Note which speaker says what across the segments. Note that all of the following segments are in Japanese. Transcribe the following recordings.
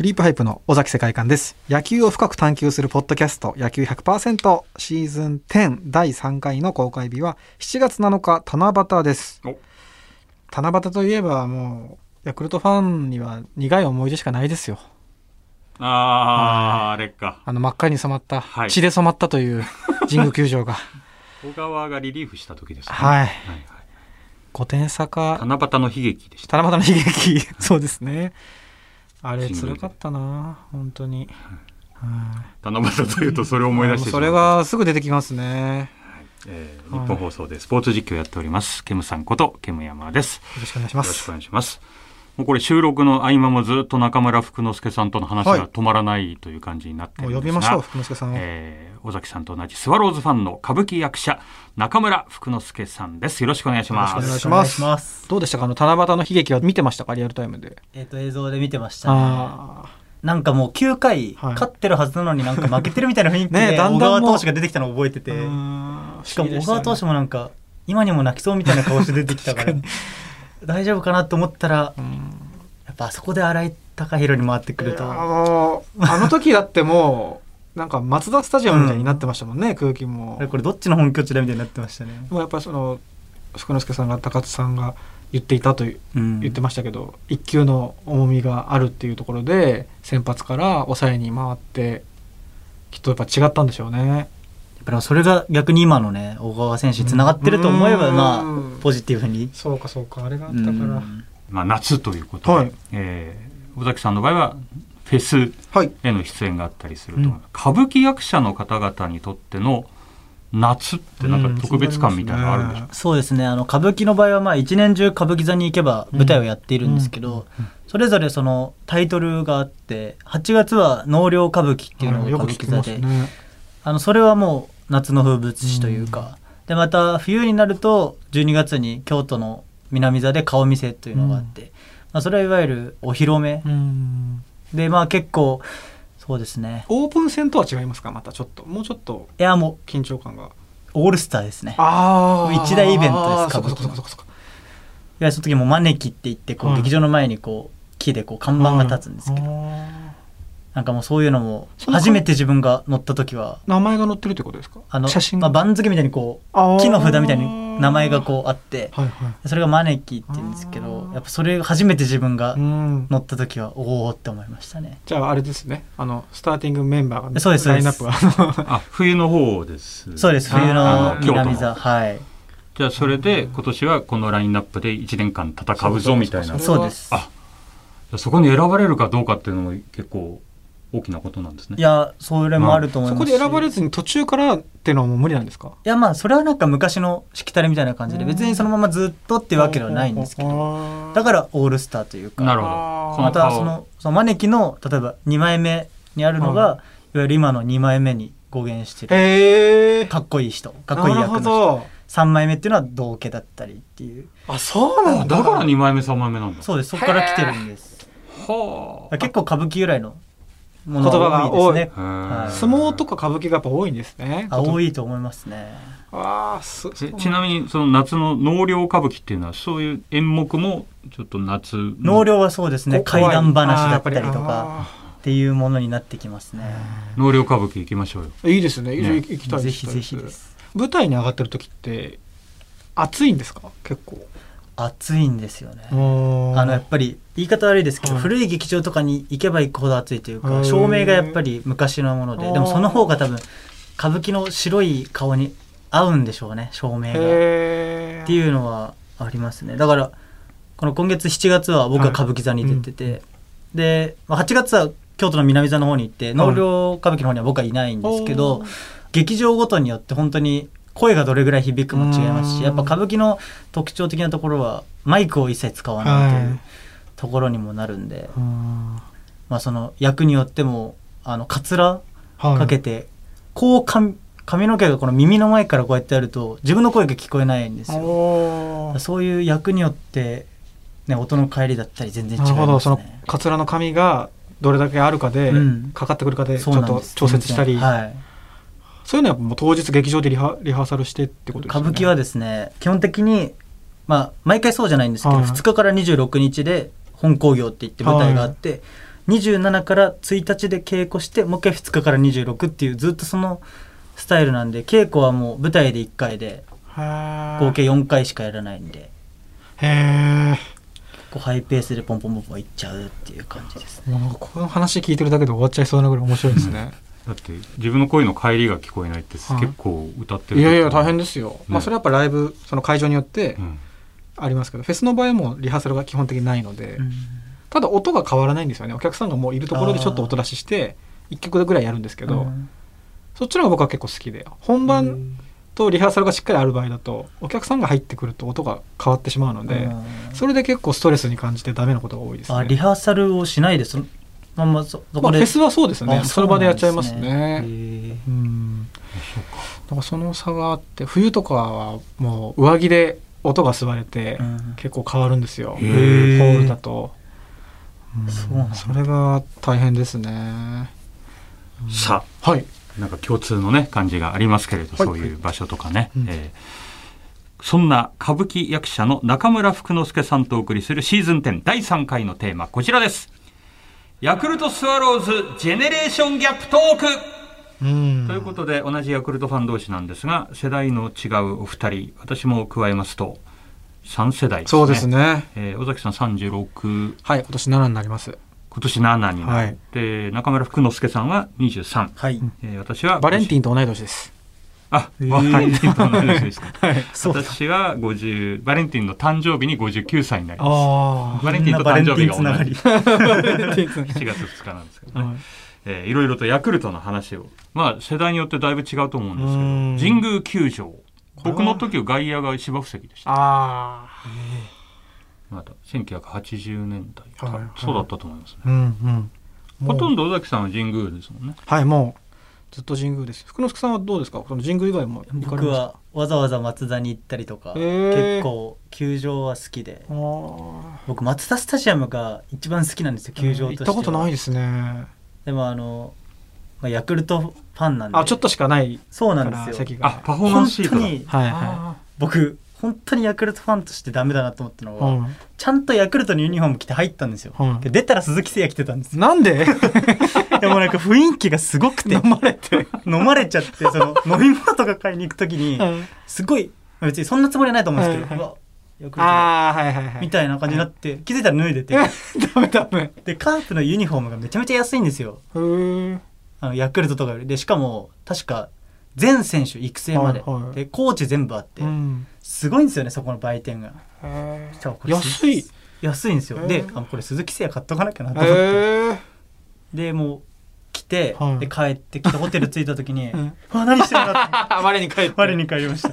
Speaker 1: リープハイプの尾崎世界観です。野球を深く探求するポッドキャスト、野球100%シーズン10第3回の公開日は7月7日七夕です
Speaker 2: お。
Speaker 1: 七夕といえばもう、ヤクルトファンには苦い思い出しかないですよ。
Speaker 2: あー、あれか。
Speaker 1: あの真っ赤に染まった、
Speaker 2: はい
Speaker 1: 血で染まったと いう神宮球場が。
Speaker 2: 小川がリリーフした時ですね。
Speaker 1: はい
Speaker 2: はいはい
Speaker 1: 5点差か、
Speaker 2: 七夕の悲劇でした。
Speaker 1: 七夕の悲 劇。そうですね。あれ、辛かったな、本当に。はい
Speaker 2: 七夕というとそれを思い出してしま
Speaker 1: そうれ、はすぐ出てきますね。
Speaker 2: えー日本放送でスポーツ実況やっております。ケムさんことケム山です。
Speaker 1: よろしくお願いし
Speaker 2: よ
Speaker 1: ま
Speaker 2: ろしくお
Speaker 1: す。
Speaker 2: 願いします。もうこれ収録の合間もずっと中村福之助さんとの話
Speaker 1: はい
Speaker 2: が止まらないという感じになって
Speaker 1: も
Speaker 2: るん
Speaker 1: う
Speaker 2: です
Speaker 1: 呼
Speaker 2: が、
Speaker 1: びましょう、福之助さんを。
Speaker 2: えー尾崎さんと同じスワローズファンの歌舞伎役者中村福之助さんです。よろしくお願いし
Speaker 1: よ
Speaker 2: ま
Speaker 1: ろしくお願い
Speaker 2: す。
Speaker 1: します
Speaker 3: よろしくお願いします
Speaker 1: どうでしたかあの、七夕の悲劇は見てましたかリアルタイムで。
Speaker 3: えっ、と映像で見てましたね。
Speaker 1: あ
Speaker 3: なんかもう9回
Speaker 1: はい
Speaker 3: 勝ってるはずなのになんか負けてるみたいな雰囲気で、
Speaker 1: ねえだんだん
Speaker 3: 小川
Speaker 1: もう
Speaker 3: 投手が出てきたのを覚えてて、
Speaker 1: あ。
Speaker 3: しかも小川投手もなんか今にも泣きそうみたいな顔して出てきたから大丈夫かなと思ったらやっぱあそこで新井貴弘に回ってくる
Speaker 1: いや
Speaker 3: と
Speaker 1: もうあの時だってもう、なんか松田スタジアムみたいになってましたもんね、空気も。
Speaker 3: これどっちの本拠地だみたいになってましたね。
Speaker 1: もうやっぱりその福之助さんが高津さんが言っていたという
Speaker 3: うん
Speaker 1: 言ってましたけど、一級の重みがあるっていうところで先発から抑えに回ってきっとやっぱ違ったんでしょうね。
Speaker 3: やっぱりそれが逆に今のね小川選手につながってると思えば
Speaker 1: うん
Speaker 3: ま
Speaker 1: うん
Speaker 3: あポジティブに。
Speaker 1: そうかそうかあれがあった
Speaker 3: う
Speaker 1: から。
Speaker 3: ん
Speaker 2: まあ夏ということで、
Speaker 1: はい
Speaker 2: えー尾崎さんの場合はフェス
Speaker 1: はい。
Speaker 2: への出演があったりすると、
Speaker 3: うん
Speaker 2: 歌舞伎役者の方々にとっての夏ってなんか特別感みたいなのあるんでしょうか、
Speaker 3: そうですねあの歌舞伎の場合はまあ一年中歌舞伎座に行けば舞台をやっているんですけど、それぞれそのタイトルがあって8月は「納涼歌舞伎」っていうのが
Speaker 1: よく
Speaker 3: 歌舞
Speaker 1: 聞き
Speaker 3: 伎座
Speaker 1: ま、
Speaker 3: です
Speaker 1: ね。
Speaker 3: あのそれはもう夏の風物詩というか、でまた冬になると12月に京都の南座で顔見せというのがあって、まあ、それはいわゆるお披露目、
Speaker 1: うん
Speaker 3: でまあ結構そうですね
Speaker 1: オープン戦とは違いますかまたちょっともうちょっと
Speaker 3: いやも
Speaker 1: 緊張感が。
Speaker 3: うオールスターですね
Speaker 1: あ
Speaker 3: ー一大イベントで
Speaker 1: か。
Speaker 3: す歌舞
Speaker 1: そ
Speaker 3: 伎
Speaker 1: うかそうかそうかそうか。
Speaker 3: いやその時も招きって言ってこう、
Speaker 1: はい
Speaker 3: 劇場の前にこう木でこう看板が立つんですけど、
Speaker 1: あ
Speaker 3: なんかもうそういうのも
Speaker 1: その看
Speaker 3: 初めて自分が乗った時は
Speaker 1: ー名前が載ってるってことですか。
Speaker 3: あの、
Speaker 1: 写真
Speaker 3: まあ、
Speaker 1: が。
Speaker 3: 番付みたいにこ
Speaker 1: あ
Speaker 3: う
Speaker 1: ー
Speaker 3: 木の札みたいに名前がこうあって
Speaker 1: はいはい。
Speaker 3: それがマネキって言うんですけど
Speaker 1: あー
Speaker 3: やっぱそれ初めて自分が
Speaker 1: うん
Speaker 3: 乗った時はおおって思いましたね
Speaker 1: じゃああれですねあのスターティングメンバーが、ね、
Speaker 3: そうです
Speaker 1: ラインナップが
Speaker 2: あ冬の方です
Speaker 3: そうです
Speaker 1: あー
Speaker 3: 冬の
Speaker 2: あ京都
Speaker 3: 南座はい
Speaker 2: じゃあそれで今年はこのラインナップで1年間戦うぞみたいな
Speaker 1: れは
Speaker 3: そうです
Speaker 2: あそこに選ばれるかどうかっていうのも結構大きなことなんですね
Speaker 3: いやそれもあると思い
Speaker 1: そ
Speaker 3: ま
Speaker 1: こ
Speaker 3: すし
Speaker 1: で選ばれずに途中からっていうのはもう無理なんですか
Speaker 3: いやまあそれはなんか昔のしきたりみたいな感じで
Speaker 1: うん
Speaker 3: 別にそのままずっとっていうわけではないんですけど
Speaker 1: ど
Speaker 3: だかららオールスターというか
Speaker 2: なるほ
Speaker 1: あー
Speaker 2: ど
Speaker 1: こ
Speaker 3: またそのそのマネキの例えば2枚目にあるのが、
Speaker 1: はい
Speaker 3: い、わゆる今の2枚目に語源してる
Speaker 1: へえ
Speaker 3: かっこいい人かっこいい
Speaker 1: なるほ
Speaker 3: 役の人
Speaker 1: ど
Speaker 3: 3枚目っていうのは同家だったりっていう
Speaker 1: あそうな
Speaker 2: あ
Speaker 1: んだ
Speaker 2: だから2枚目3枚目なんだ
Speaker 3: そうですそこから来てるんです
Speaker 2: はあ
Speaker 3: 結構歌舞伎由来のも
Speaker 1: 言葉が多い
Speaker 3: ですね
Speaker 2: へ
Speaker 1: 相
Speaker 2: ー
Speaker 1: 撲とか歌舞伎がやっぱ多いんですね
Speaker 3: あ多
Speaker 1: い
Speaker 3: いと思いますね
Speaker 1: あーす
Speaker 2: えちなみにその夏の納涼歌舞伎っていうのはそういう演目もちょっと夏
Speaker 3: 納涼はそうですね
Speaker 1: こ
Speaker 3: 怪談話だったりと
Speaker 1: 怖い
Speaker 3: か
Speaker 1: あ
Speaker 3: っていうものになってきますね
Speaker 2: 納涼歌舞伎行きましょうよ
Speaker 1: ーいいですねいい
Speaker 2: ね
Speaker 1: 行きたい
Speaker 3: ぜ
Speaker 1: です
Speaker 3: ひぜひです
Speaker 1: 舞台に上がってる時って暑いんですか結構
Speaker 3: 暑いんですよね
Speaker 1: あ
Speaker 3: あのやっぱり言い方悪いですけど、
Speaker 1: はい
Speaker 3: 古い劇場とかに行けば行くほど暑いという
Speaker 1: へー
Speaker 3: か照明がやっぱり昔のものででもその方が多分歌舞伎の白い顔に合うんでしょうね照明がっ
Speaker 1: へえ
Speaker 3: ていうのはありますねだからこの今月7月は僕は歌舞伎座に出てて、でまあ8月は京都の南座の方に行って納涼歌舞伎の方には僕はいないんですけど、
Speaker 1: おー
Speaker 3: 劇場ごとによって本当に声がどれぐらい響くも違います
Speaker 1: うん
Speaker 3: しやっぱ歌舞伎の特徴的なところはマイクを一切使わないという。
Speaker 1: はい
Speaker 3: ところにもなるんで、
Speaker 1: は
Speaker 3: まあ、その役によってもあのカツラ
Speaker 1: い
Speaker 3: かけて、こうかみ髪の毛がこの耳の前からこうやってやると自分の声が聞こえないんですよ
Speaker 1: おー
Speaker 3: そういう役によって、ね、音の帰りだったり全然違
Speaker 1: な
Speaker 3: います、
Speaker 1: る
Speaker 3: ね、
Speaker 1: ほど、そのカツラの髪がどれだけあるかで、
Speaker 3: うん
Speaker 1: かかってくるかでち
Speaker 3: そう
Speaker 1: ょ
Speaker 3: な
Speaker 1: っ
Speaker 3: んで
Speaker 1: と
Speaker 3: す
Speaker 1: 調節したり、
Speaker 3: 全然はい
Speaker 1: そういうのはやっぱもう当日劇場でリハリハーサルしてってことです
Speaker 3: 歌
Speaker 1: よね。
Speaker 3: 舞伎はですね基本的に、まあ、毎回そうじゃないんですけど、
Speaker 1: はい
Speaker 3: 2日から26日で本興行って言って舞台があって、 27から1日で稽古してもう一回2日から26っていうずっとそのスタイルなんで稽古はもう舞台で1回で合計4回しかやらないんで
Speaker 1: へえ
Speaker 3: 結構ハイペースでポンポンポンポンいっちゃうっていう感じですね
Speaker 1: もうなんかこの話聞いてるだけで終わっちゃいそうなぐらい面白いですね、
Speaker 2: だって自分の声の帰りが聞こえないって結構歌ってる
Speaker 1: い
Speaker 2: 時
Speaker 1: やいや大変ですよ、まあ
Speaker 2: ね
Speaker 1: それはやっぱライブその会場によって
Speaker 2: うん
Speaker 1: ありますけど、フェスの場合はもうリハーサルが基本的にないので、
Speaker 3: うん
Speaker 1: ただ音が変わらないんですよねお客さんがもういるところでちょっと音出しして1曲ぐらいやるんですけど、
Speaker 3: うん
Speaker 1: そっちの方が僕は結構好きで本番とリハーサルがしっかりある場合だとお客さんが入ってくると音が変わってしまうので、
Speaker 3: うん
Speaker 1: それで結構ストレスに感じてダメなことが多いですね
Speaker 3: あリハーサルをしないでそのまんまそそ
Speaker 1: ま
Speaker 3: こ
Speaker 1: あ、フ
Speaker 3: で、
Speaker 1: ェスはそうですよね
Speaker 3: あ
Speaker 1: その場でやっちゃいますね
Speaker 3: そう
Speaker 1: う
Speaker 3: へ
Speaker 1: ん
Speaker 3: ー
Speaker 1: だからその差があって冬とかはもう上着で音が吸われて
Speaker 3: うん
Speaker 1: 結構変わるんですよ、
Speaker 2: へ
Speaker 1: ホ
Speaker 2: ー
Speaker 1: ールだと、うん
Speaker 3: そうなんだ
Speaker 1: それが大変ですね
Speaker 2: さあ
Speaker 1: はい
Speaker 2: なんか共通のね感じがありますけれど、
Speaker 1: はい
Speaker 2: そういう場所とかね、
Speaker 1: うん
Speaker 2: えーそんな歌舞伎役者の中村福之助さんとお送りするシーズン10第3回のテーマこちらですヤクルトスワローズジェネレーションギャップトーク
Speaker 1: うん
Speaker 2: ということで同じヤクルトファン同士なんですが世代の違うお二人私も加えますと3世代ですね
Speaker 1: そうですね
Speaker 2: えー尾崎さん36
Speaker 1: はい今年7になります
Speaker 2: 今年7になって、中村福之助さんは23、
Speaker 3: はい、
Speaker 2: えー私は
Speaker 1: バレンテ
Speaker 2: ィン
Speaker 1: ィンと同い年です
Speaker 2: あ、
Speaker 3: えー
Speaker 2: バレンティンと同い年 ですか
Speaker 1: はい
Speaker 3: そうだ
Speaker 2: 私は50バレンティンの誕生日に59歳になります
Speaker 1: あ
Speaker 2: バレンティンと誕生日が
Speaker 3: みんなバ
Speaker 2: 同
Speaker 3: レンティン
Speaker 2: じ
Speaker 3: つながり
Speaker 2: 7月2日なんですけど
Speaker 1: あ、
Speaker 2: ね、えーいろいろとヤクルトの話をまあ世代によってだいぶ違うと思
Speaker 1: う
Speaker 2: うん
Speaker 1: ん
Speaker 2: ですけど神宮球場
Speaker 1: れは
Speaker 2: 僕の時は外野が芝生席でした
Speaker 1: あ
Speaker 2: まだ1980年代、
Speaker 1: はいはい
Speaker 2: そうだったと思いますね
Speaker 1: ーうんうん
Speaker 2: ほと
Speaker 1: ど
Speaker 2: んど尾崎さんは神宮ですもんね
Speaker 1: はいもうずっと神宮です福之助さんはどうですかその神宮以外も行かれますか
Speaker 3: 僕はわざわざ松田に行ったりとか、
Speaker 1: へー
Speaker 3: 結構球場は好きで
Speaker 1: あー
Speaker 3: 僕松田スタジアムが一番好きなんですよ球場とし
Speaker 1: 行
Speaker 3: て
Speaker 1: っ
Speaker 3: は
Speaker 1: たことないですね
Speaker 3: でもあの、まあ、ヤクルトファンなんで
Speaker 1: あちょっとしかない
Speaker 3: そうな
Speaker 1: か
Speaker 3: んです
Speaker 1: ら
Speaker 3: よ
Speaker 1: 席が
Speaker 2: あパフォーマンスシートだ
Speaker 3: 本当に
Speaker 1: はいは
Speaker 2: あ
Speaker 3: 僕本当にヤクルトファンとしてダメだなと思ったの
Speaker 1: い、
Speaker 3: は、
Speaker 1: う
Speaker 3: ちゃんとヤクルトのユニフォーム着て入ったんですよ、
Speaker 1: うん
Speaker 3: で出たら鈴木誠也着てたんですよ
Speaker 1: ん、なん で
Speaker 3: でもなんか雰囲気がすごくて
Speaker 1: 飲まれて、
Speaker 3: 飲まれちゃってその飲み物とか買いに行くときにすごい別にそんなつもりはないと思うんですけど、
Speaker 1: うん
Speaker 3: うわヤクルトだ
Speaker 1: ああはいはいはい
Speaker 3: みたいな感じになって気づいたら脱いでて
Speaker 1: ダメダメ
Speaker 3: でカープのユニフォームがめちゃめちゃ安いんですよ
Speaker 1: へー
Speaker 3: あのヤクルトとかよりでしかも確か全選手育成まで、
Speaker 1: はいはい
Speaker 3: でコーチ全部あって、
Speaker 1: うん
Speaker 3: すごいんですよねそこの売店が
Speaker 1: へ
Speaker 3: そしたらこ
Speaker 1: ー
Speaker 3: れ
Speaker 1: 安いへ
Speaker 3: 安いんですよ、
Speaker 1: へー
Speaker 3: であこれ鈴木誠也買っとかなきゃなと思って、
Speaker 1: え
Speaker 3: でもう来て、
Speaker 1: はい
Speaker 3: で帰っ てきてホテル着いた時に「
Speaker 1: う
Speaker 3: うんわ何してるんだ」って
Speaker 1: あ 我に帰って
Speaker 3: 我に帰 りました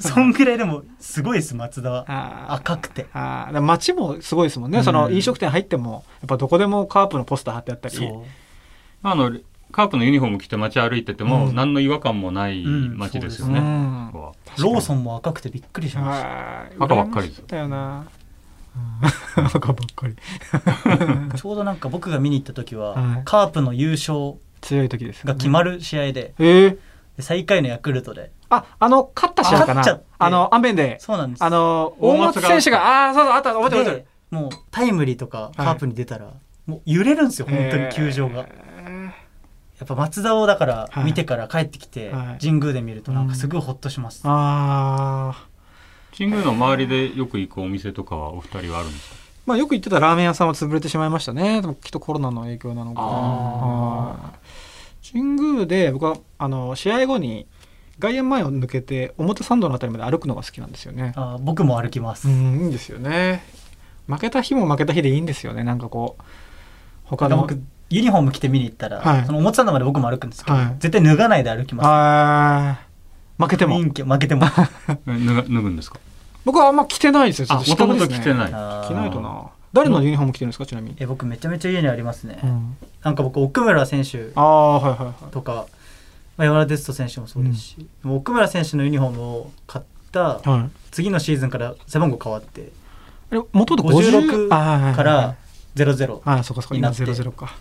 Speaker 3: そんぐらいでもすごいです松田は
Speaker 1: あー
Speaker 3: 赤くて
Speaker 1: あーで街もすごいですもんね、
Speaker 3: うん
Speaker 1: その飲食店入ってもやっぱどこでもカープのポスター貼ってあったり
Speaker 3: そう
Speaker 2: ーあのカープのユニフォーム着て街歩いてても、
Speaker 1: うん
Speaker 2: 何の違和感もない
Speaker 3: うん
Speaker 2: 街ですよ
Speaker 1: う
Speaker 2: ね、
Speaker 1: ん
Speaker 2: ここは
Speaker 3: ローソンも赤くてびっくりしました
Speaker 1: はい
Speaker 2: 赤ばっかりです
Speaker 1: だよな、 うん赤ばっかり
Speaker 3: ちょうどなんか僕が見に行った時は、
Speaker 1: はい
Speaker 3: カープの優勝
Speaker 1: 強い時です
Speaker 3: が決まる試合で
Speaker 1: るえー、
Speaker 3: で最下位のヤクルトで
Speaker 1: ああの勝った試合か
Speaker 3: あ勝っちゃっ
Speaker 1: な
Speaker 3: て
Speaker 1: あの雨で
Speaker 3: そうなんです
Speaker 1: あの
Speaker 2: 大
Speaker 1: 大
Speaker 2: 松
Speaker 1: 松
Speaker 2: が
Speaker 1: 選手がああーそうそうあった覚えてる覚えて
Speaker 3: でもうタイムリーとかカープに出たら、もう揺れるんですよ
Speaker 1: る
Speaker 3: 本当に球場が、
Speaker 1: えー
Speaker 3: やっぱ松田をだから
Speaker 1: はい
Speaker 3: 見てから帰ってきて、
Speaker 1: はい
Speaker 3: 神宮で見るとなんかすごいホッとします、
Speaker 1: あー
Speaker 2: 神宮の周りでよく行くお店とかはお二人はあるんですか
Speaker 1: まあ、よく言ってたラーメン屋さんは潰れてしまいましたねでもきっとコロナの影響なのかな
Speaker 2: あ
Speaker 1: はい神宮で僕はあの試合後に外苑前を抜けて表参道のあたりまで歩くのが好きなんですよね
Speaker 3: あー僕も歩きます、
Speaker 1: うんいいんですよね負けた日も負けた日でいいんですよねなんかこう他
Speaker 3: なんか
Speaker 1: の
Speaker 3: 僕ユニフォーム着て見に行ったら、
Speaker 1: はい
Speaker 3: その表参道まで僕も歩くんですけど、
Speaker 1: はい
Speaker 3: 絶対脱がないで歩き
Speaker 1: あ
Speaker 3: ま
Speaker 1: ー負け
Speaker 3: す
Speaker 1: ても
Speaker 3: 雰囲気負け ても
Speaker 2: え脱が脱ぐんですか
Speaker 1: 僕はあんま着てないですよ
Speaker 2: あもともと着て
Speaker 1: い
Speaker 2: ない
Speaker 3: あー
Speaker 1: 着ないとな誰のユニフォーム着てるんですかちなみに、
Speaker 3: え僕めちゃめちゃ家にありますね、
Speaker 1: うん
Speaker 3: なんか僕奥村選手
Speaker 1: ああはいはいはい
Speaker 3: とか、まあ、山田哲人選手もそうですし、でも奥村選手のユニフォームを買っ
Speaker 1: は
Speaker 3: た
Speaker 1: い
Speaker 3: 次のシーズンから背番号変わって
Speaker 1: あれ元々50あー
Speaker 3: 56か
Speaker 1: はいはい
Speaker 3: ら00
Speaker 1: ああ、そっかそっか、
Speaker 3: に
Speaker 1: 今
Speaker 3: なって
Speaker 1: ゼロゼロか。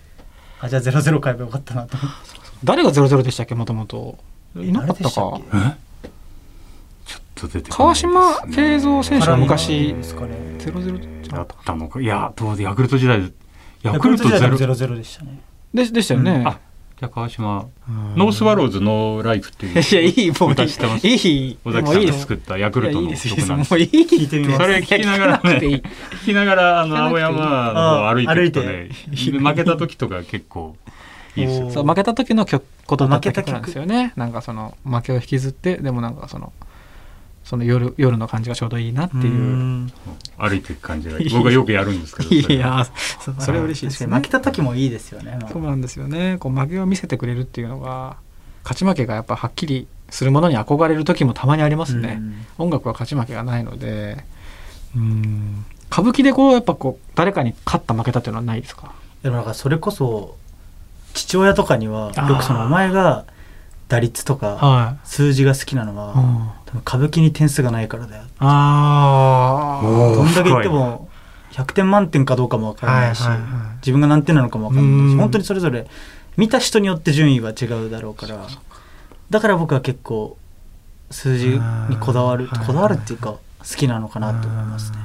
Speaker 3: あじゃあ00買えばよかったなと思って
Speaker 1: 誰がゼロゼロでしたっけ、もともと。いなかったか
Speaker 3: 誰でし。たっ
Speaker 2: えちょっと出てこないですね
Speaker 1: 川島慶三選手は昔
Speaker 3: ですかね
Speaker 1: ゼロゼロ
Speaker 2: だったのかいやどうでヤクルト時代ヤクルトゼロ
Speaker 3: ゼロゼロでしたね。
Speaker 1: ででしたよね、
Speaker 2: あじゃあ川島
Speaker 1: うん
Speaker 2: ノースワローズノーライフっていう
Speaker 1: いやいいもう
Speaker 2: 歌知ってます
Speaker 1: いい
Speaker 2: 尾崎
Speaker 1: も
Speaker 2: さ
Speaker 1: うい
Speaker 2: ん
Speaker 1: いで
Speaker 2: が
Speaker 1: す
Speaker 2: 作ったヤクル
Speaker 1: いや
Speaker 2: ト
Speaker 1: い
Speaker 2: の
Speaker 1: いですいい
Speaker 2: 曲
Speaker 1: です
Speaker 2: なん
Speaker 1: も
Speaker 2: です
Speaker 1: ういい
Speaker 3: 聞いてみます
Speaker 2: それ聞きながら
Speaker 1: 聞かなくてい
Speaker 2: ね
Speaker 1: い
Speaker 2: 聞きながらあの
Speaker 1: 聞かなく
Speaker 2: 青
Speaker 1: ていい
Speaker 2: 山の方を歩いてるとね
Speaker 1: い
Speaker 2: 負けた時とか結構いいですよ
Speaker 3: おー
Speaker 1: そう負けた時の曲ことだった
Speaker 3: 負けた
Speaker 1: 曲
Speaker 3: 曲
Speaker 1: なんですよねなんかその負けを引きずってでもなんかそのその夜夜の感じがちょうどいいなって
Speaker 3: う
Speaker 1: いうん
Speaker 2: 歩いていく感じが僕はよくやるんですけどそ
Speaker 1: い
Speaker 2: れは
Speaker 1: やそそれ嬉しいです
Speaker 3: 確かに
Speaker 1: ね
Speaker 3: 負けた時もいいですよね。
Speaker 1: そうなんですよねこう負けを見せてくれるっていうのが勝ち負けがやっぱはっきりするものに憧れる時もたまにありますね、
Speaker 3: うん
Speaker 1: 音楽は勝ち負けがないのでうん歌舞伎でこうやっぱこう誰かに勝った負けたっていうのはないですか
Speaker 3: でもなんかそれこそ父親とかには
Speaker 1: あー
Speaker 3: よくそのお前が打率とか
Speaker 1: は
Speaker 3: 数字が好きなの
Speaker 1: い、
Speaker 3: は多分歌舞伎に点数がないからだよ。
Speaker 1: あー
Speaker 2: おー
Speaker 3: どんだけ言っても100点満点かどうかもわからないし、
Speaker 1: はいはいはい
Speaker 3: 自分が何点なのかもわからない
Speaker 1: うん
Speaker 3: し本当にそれぞれ見た人によって順位は違うだろうからだから僕は結構数字にこだわる
Speaker 1: あー
Speaker 3: こだわるっていうか好きなのかなと思いますね。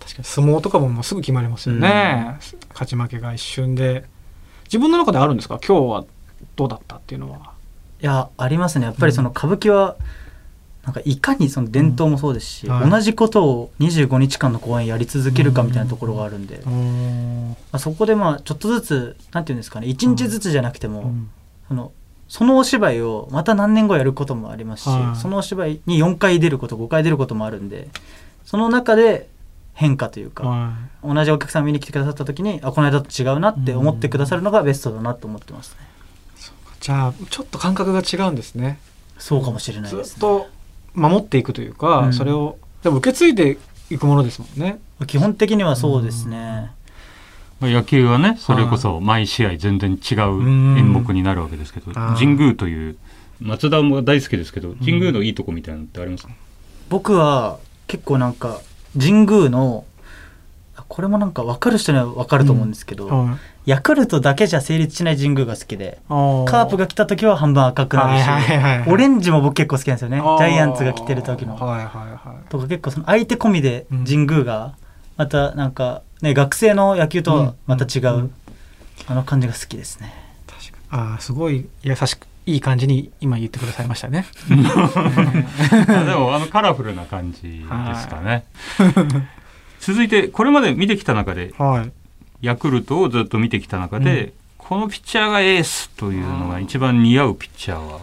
Speaker 1: 確かに相撲とかももうすぐ決まりますよね、勝ち負けが一瞬で自分の中であるんですか今日はどうだったっていうのはい
Speaker 3: やありますねやっぱりその歌舞伎はなんかいかにその伝統もそうですし、
Speaker 1: うんはい
Speaker 3: 同じことを25日間の公演やり続けるかみたいなところがあるんで、まあ、そこでまあちょっとずつなんていうんですかね1日ずつじゃなくても、
Speaker 1: うん
Speaker 3: そのそのお芝居をまた何年後やることもありますし、
Speaker 1: はい
Speaker 3: そのお芝居に4回出ること5回出ることもあるんでその中で変化というか、
Speaker 1: は
Speaker 3: 同じお客さん見に来てくださった時にあこの間と違うなって思ってくださるのがベストだなと思ってますね。
Speaker 1: いじゃあちょっと感覚が違うんですね
Speaker 3: そうかもしれない
Speaker 1: ず
Speaker 3: です
Speaker 1: っ
Speaker 3: ね、
Speaker 1: と守っていくというか、
Speaker 3: うん
Speaker 1: それをでも受け継いでいくものですもんね
Speaker 3: 基本的にはそうですね。
Speaker 2: まあ野球はねそれこそ毎試合全然違う演目になるわけですけど
Speaker 1: あー
Speaker 2: 神宮という松田も大好きですけど神宮のいいとこみたいなのってありますか
Speaker 3: 僕は結構なんか神宮のこれもなんか分かる人には分かると思うんですけど、
Speaker 1: はい
Speaker 3: ヤクルトだけじゃ成立しない神宮が好きでカープ
Speaker 1: が
Speaker 3: が来た時は半分赤くなるし、
Speaker 1: はいはいはいはい
Speaker 3: オレンジも僕結構好きなんですよねジャイアンツが来てる時の。
Speaker 1: はいはいは
Speaker 3: とか結構その相手込みで神宮が、またなんかね学生の野球とはまた違う、
Speaker 1: うんうん
Speaker 3: あの感じが好きですね。
Speaker 1: い確かにああすごい優しくいい感じに今言ってくださいましたね
Speaker 2: あでもあのカラフルな感じですかね。続いてこれまで見てきた中で
Speaker 1: はい
Speaker 2: ヤクルトをずっと見てきた中で、
Speaker 1: う
Speaker 2: このピッチャーがエースというのが一番似合うピッチャーは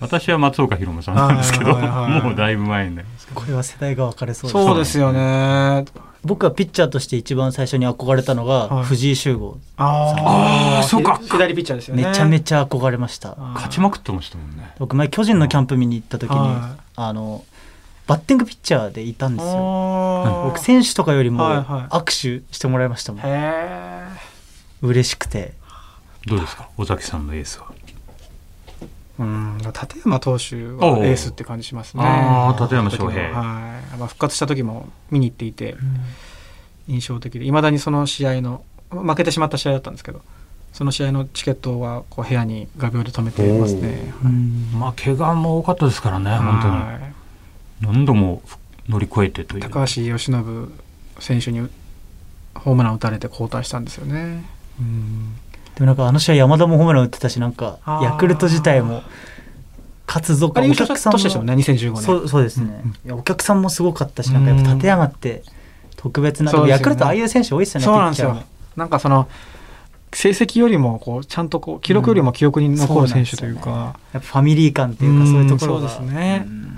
Speaker 2: 私は松岡弘夢さんなんですけど
Speaker 1: はいはいはい
Speaker 2: もうだいぶ前になりますけど
Speaker 3: これは世代が分かれそうですね
Speaker 1: そうですよね。
Speaker 3: 僕はピッチャーとして一番最初に憧れたの
Speaker 1: は
Speaker 3: が
Speaker 1: い
Speaker 3: 藤井秀吾、
Speaker 1: あ
Speaker 2: あーそうか
Speaker 1: 左ピッチャーですよね。
Speaker 3: めちゃめちゃ憧れました
Speaker 2: 勝
Speaker 1: 勝
Speaker 2: ちまくってましたもんね。
Speaker 3: 僕前巨人のキャンプ見に行った時に
Speaker 1: は
Speaker 3: あのバッティングピッチャーでいたんですよ僕
Speaker 1: 僕
Speaker 3: 選手とかよりも
Speaker 1: はいはい
Speaker 3: 握手してもらいましたもん、
Speaker 1: へえ。
Speaker 3: 嬉しくて
Speaker 2: どうですか尾崎さんのエースは。
Speaker 1: うん、立山投手はエースって感じしますね。
Speaker 2: ああ立山翔平。
Speaker 1: はい。まあ復活した時も見に行っていて印象的で、いまだにその試合の負けてしまった試合だったんですけど、その試合のチケットはこう部屋に画鋲で止めてますね。
Speaker 2: まあ怪我も多かったですからね本当に
Speaker 1: はい
Speaker 2: 何度も乗り越えてという。
Speaker 1: 高橋由伸選手にホームラン打たれて交代したんですよね。うん。
Speaker 3: でもなんかあの試合山田もホームラン打ってたしなんか
Speaker 1: あー
Speaker 3: ヤクルト自体も勝つぞ
Speaker 1: あ
Speaker 3: か
Speaker 1: れ
Speaker 3: お
Speaker 1: 優勝
Speaker 3: 客
Speaker 1: した
Speaker 3: さんも
Speaker 1: 年でしたもんね、2015年。
Speaker 3: そうそうですね、
Speaker 1: うん
Speaker 3: いやお客さんもすごかったしなんかやっぱ立山って特別な、でも
Speaker 1: そうですよね
Speaker 3: ヤクルトああいう選手多いですよね
Speaker 1: そうなんです
Speaker 3: ピッ
Speaker 1: よ
Speaker 3: チャーも。
Speaker 1: なんかその、成績よりも、こう、ちゃんとこう、記録よりも記憶に残る選手という
Speaker 3: そうなん
Speaker 1: か、
Speaker 3: やっぱファミリー感っていうかそういうところ
Speaker 1: うん
Speaker 3: が
Speaker 1: そうですね
Speaker 3: うん
Speaker 1: うん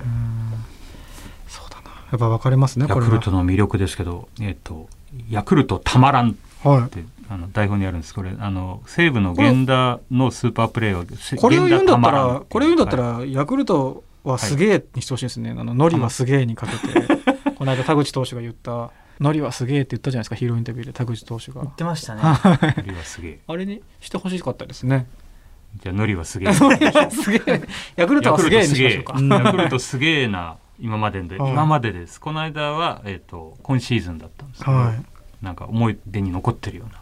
Speaker 1: そうだな。やっぱ分かれますね、
Speaker 2: ヤ
Speaker 1: これ
Speaker 2: クル
Speaker 1: は。
Speaker 2: トの魅力ですけど、えっ、と、ヤクルトたまらんっ
Speaker 1: は
Speaker 2: て、あの、台本にあるんです。これ、あの、西武の源田のスーパープレーは、
Speaker 1: い。これを言うんだった
Speaker 2: 源田たま
Speaker 1: ら
Speaker 2: ん、
Speaker 1: これを言うんだった
Speaker 2: はい
Speaker 1: ら、ヤクルトはすげえにしてほしいですね。あの、ノリはすげえにかけて、 この間田口投手が言った、ノリはすげえって言ったじゃないですか、ヒーローインタビューで田口投手
Speaker 3: 言
Speaker 1: が
Speaker 3: っ。てましたね
Speaker 2: ノリはすげえ。
Speaker 1: あれにしてほしかったですね。
Speaker 2: じゃあ、ノリ はすげえ。
Speaker 1: ノリはすげえ。ヤクルトはすげえにしましょうか。
Speaker 2: ヤクルトすげえな、今までで、
Speaker 1: はい
Speaker 2: 今までです。この間は、えっ、と、今シーズンだったんですけど、
Speaker 1: はい。
Speaker 2: なんか思い出に残ってるような、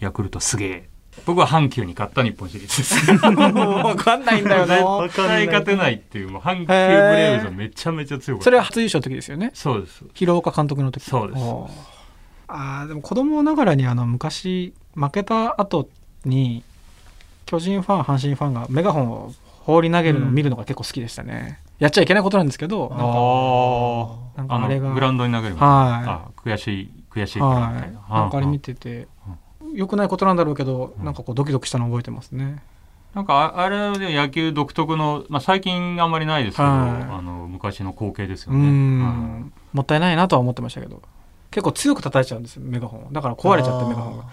Speaker 2: ヤクルトすげえ。僕は阪急に勝った日本シリーズです。
Speaker 1: わかんないんだよな。
Speaker 2: 絶対勝てないっていう、もう阪急ブレーブズはめちゃめちゃ強かった。
Speaker 1: それは初優勝の時ですよね。
Speaker 2: そうです。
Speaker 1: 広岡監督の時。
Speaker 2: そうです
Speaker 1: おーああでも子供ながらにあの昔負けた後に巨人ファン阪神ファンがメガホンを放り投げるのを見るのが結構好きでしたね、やっちゃいけないことなんですけどなんかな
Speaker 2: あ
Speaker 1: んか
Speaker 2: ああ
Speaker 1: あれが
Speaker 2: のグラウンドに投げるみたいな
Speaker 1: は
Speaker 2: あ悔しい悔し
Speaker 1: い
Speaker 2: いから
Speaker 1: は
Speaker 2: みた
Speaker 1: い
Speaker 2: いな
Speaker 1: なんかあれ見てて良くないことなんだろうけどなんかこうドキドキしたの覚えてますね
Speaker 2: なんかああれは野球独特の、まあ、最近あんまりないですけど、
Speaker 1: はい
Speaker 2: あの昔の光景ですよ
Speaker 1: う
Speaker 2: ね。
Speaker 1: んもったいないなとは思ってましたけど結構強く叩いちゃうんですよメガホンをだから壊れちゃってメガホンが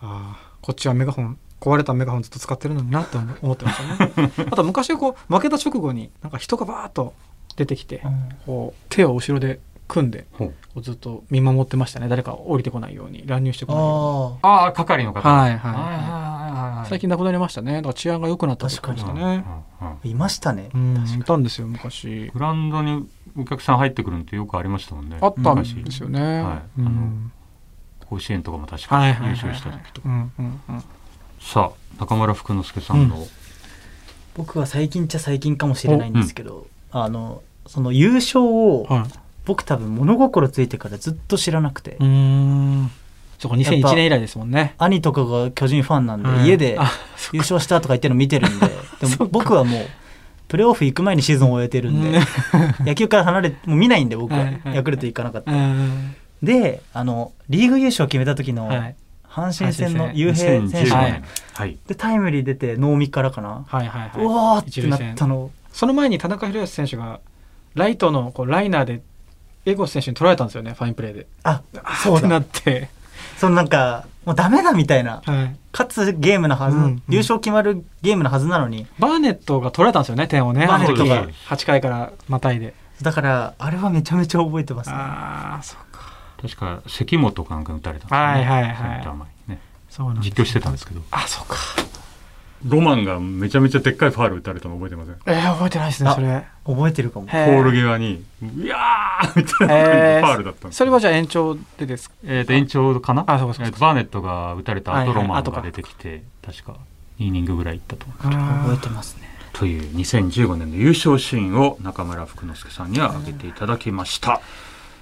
Speaker 1: ああこっちはメガホン壊れたメガホンずっと使ってるのになって思思ってました ねあと昔はこう負けた直後になんか人がバーッと出てきて、こう手を後ろで組んで
Speaker 2: ほう
Speaker 1: こうずっと見守ってましたね誰か降りてこないように乱入してこないよ
Speaker 3: ああ
Speaker 2: ああ係の
Speaker 1: う
Speaker 2: 方。
Speaker 1: にはいいはい、
Speaker 2: はい
Speaker 1: 最近なくなりましたねだから治安が良くなったってことで
Speaker 3: 近
Speaker 1: す
Speaker 3: 確
Speaker 1: か
Speaker 2: うん
Speaker 1: ね
Speaker 2: うんうん
Speaker 3: いましたね
Speaker 1: うんいたんですよ昔
Speaker 2: グラウンドにお客さん入ってくるのってよくありましたもんね。
Speaker 1: あったん
Speaker 2: 昔
Speaker 1: ですよね、
Speaker 2: はい
Speaker 1: うん
Speaker 2: 甲子園とかも確か
Speaker 1: はい
Speaker 2: 優
Speaker 1: はいはい
Speaker 2: 勝
Speaker 1: はい
Speaker 2: した時とか。
Speaker 1: うんうんうん
Speaker 2: さあ中村福之助さんの、
Speaker 3: 僕は最近っちゃ最近かもしれないんですけど、あのその優勝を
Speaker 1: はい
Speaker 3: 僕多分物心ついてからずっと知らなくて、
Speaker 1: うーんそこ2001年以来ですもんね。
Speaker 3: 兄とかが巨人ファンなんで、
Speaker 1: うん
Speaker 3: 家で
Speaker 1: あ
Speaker 3: 優勝したとか言ってるの見てるんででも僕はもうプレーオフ行く前にシーズンを終えてるんで、野球から離れてもう見ないんで僕は、
Speaker 1: はいはいはい
Speaker 3: ヤクルト行かなかった、
Speaker 1: うん
Speaker 3: であのリーグ優勝決めた時の
Speaker 1: はい
Speaker 3: 阪神戦の
Speaker 1: 阪神戦
Speaker 3: 雄平選手
Speaker 1: は
Speaker 2: 2015
Speaker 1: い
Speaker 2: 年。はい。
Speaker 3: でタイムリー出て能見からかな、
Speaker 1: はいはいうはい。
Speaker 3: わーってなったの
Speaker 1: その前に田中宏康選手がライトのこうライナーで江越選手に取られたんですよね、ファインプレーで。
Speaker 3: あそう
Speaker 1: って
Speaker 3: だ
Speaker 1: なって、
Speaker 3: そのなんかもうダメだみたいな
Speaker 1: はい、
Speaker 3: 勝つゲームのはず、
Speaker 1: うんうん
Speaker 3: 優勝決まるゲームのはずなのに
Speaker 1: バーネットが取られたんですよね、点をね、
Speaker 3: バ
Speaker 1: あ
Speaker 3: ーネ
Speaker 1: の
Speaker 3: ット
Speaker 1: 時
Speaker 3: が
Speaker 1: 8回からまたいで。
Speaker 3: だからあれはめちゃめちゃ覚えてますね
Speaker 1: ああ、そうか。
Speaker 2: 確か関本かなんかに打たれたんですよ
Speaker 1: はいはいはい
Speaker 2: センター前にね
Speaker 1: そうなんです
Speaker 2: 実況してたんですけど。
Speaker 1: あ、そうか。
Speaker 2: ロマンがめちゃめちゃでっかいファール打たれたの覚えてません
Speaker 1: えー、覚えてないですね、
Speaker 3: あ
Speaker 1: それ。
Speaker 3: 覚えてるかも
Speaker 1: へ
Speaker 2: ポール際に、いやー
Speaker 1: え
Speaker 2: みたいな感じで
Speaker 1: ー
Speaker 2: ファールだったんです
Speaker 1: そ
Speaker 2: よ
Speaker 1: れはじゃあ延長でですか
Speaker 2: えーと延長かな
Speaker 1: あそうかそうか
Speaker 2: えーとバーネットが打たれた
Speaker 1: はいは
Speaker 2: 後
Speaker 1: い
Speaker 2: ロマン
Speaker 1: 後
Speaker 2: が
Speaker 1: か
Speaker 2: 出てきて、確か2イニングぐらいいったと思う
Speaker 3: 覚えてますね
Speaker 2: という2015年の優勝シーンを中村福之助さんには挙げていただきました、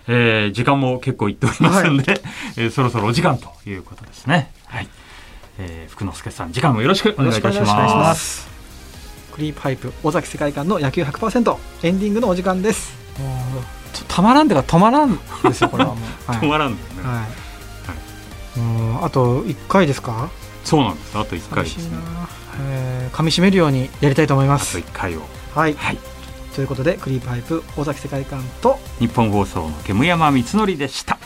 Speaker 2: えー時間も結構いっておりますんで、えーそろそろお時間ということですねはい、えー福之助さん次回もよろしくお願いいたし
Speaker 1: よろしくお願いし
Speaker 2: ま
Speaker 1: ますクリープハイプ尾崎世界観の野球100%エンディングのお時間ですもうちょたまらんでか止まらんですよこれはもう はい
Speaker 2: 止まらんだよね、
Speaker 1: はいもうあと1回ですか
Speaker 2: そうなんですあと1回
Speaker 1: 寂
Speaker 2: で
Speaker 1: しい
Speaker 2: すね
Speaker 1: な、えー噛み締めるようにやりたいと思いま
Speaker 2: あと
Speaker 1: す
Speaker 2: 1回を
Speaker 1: はい、
Speaker 2: はい
Speaker 1: ということでクリープハイプ尾崎世界観と
Speaker 2: 日本放送の煙山光則でした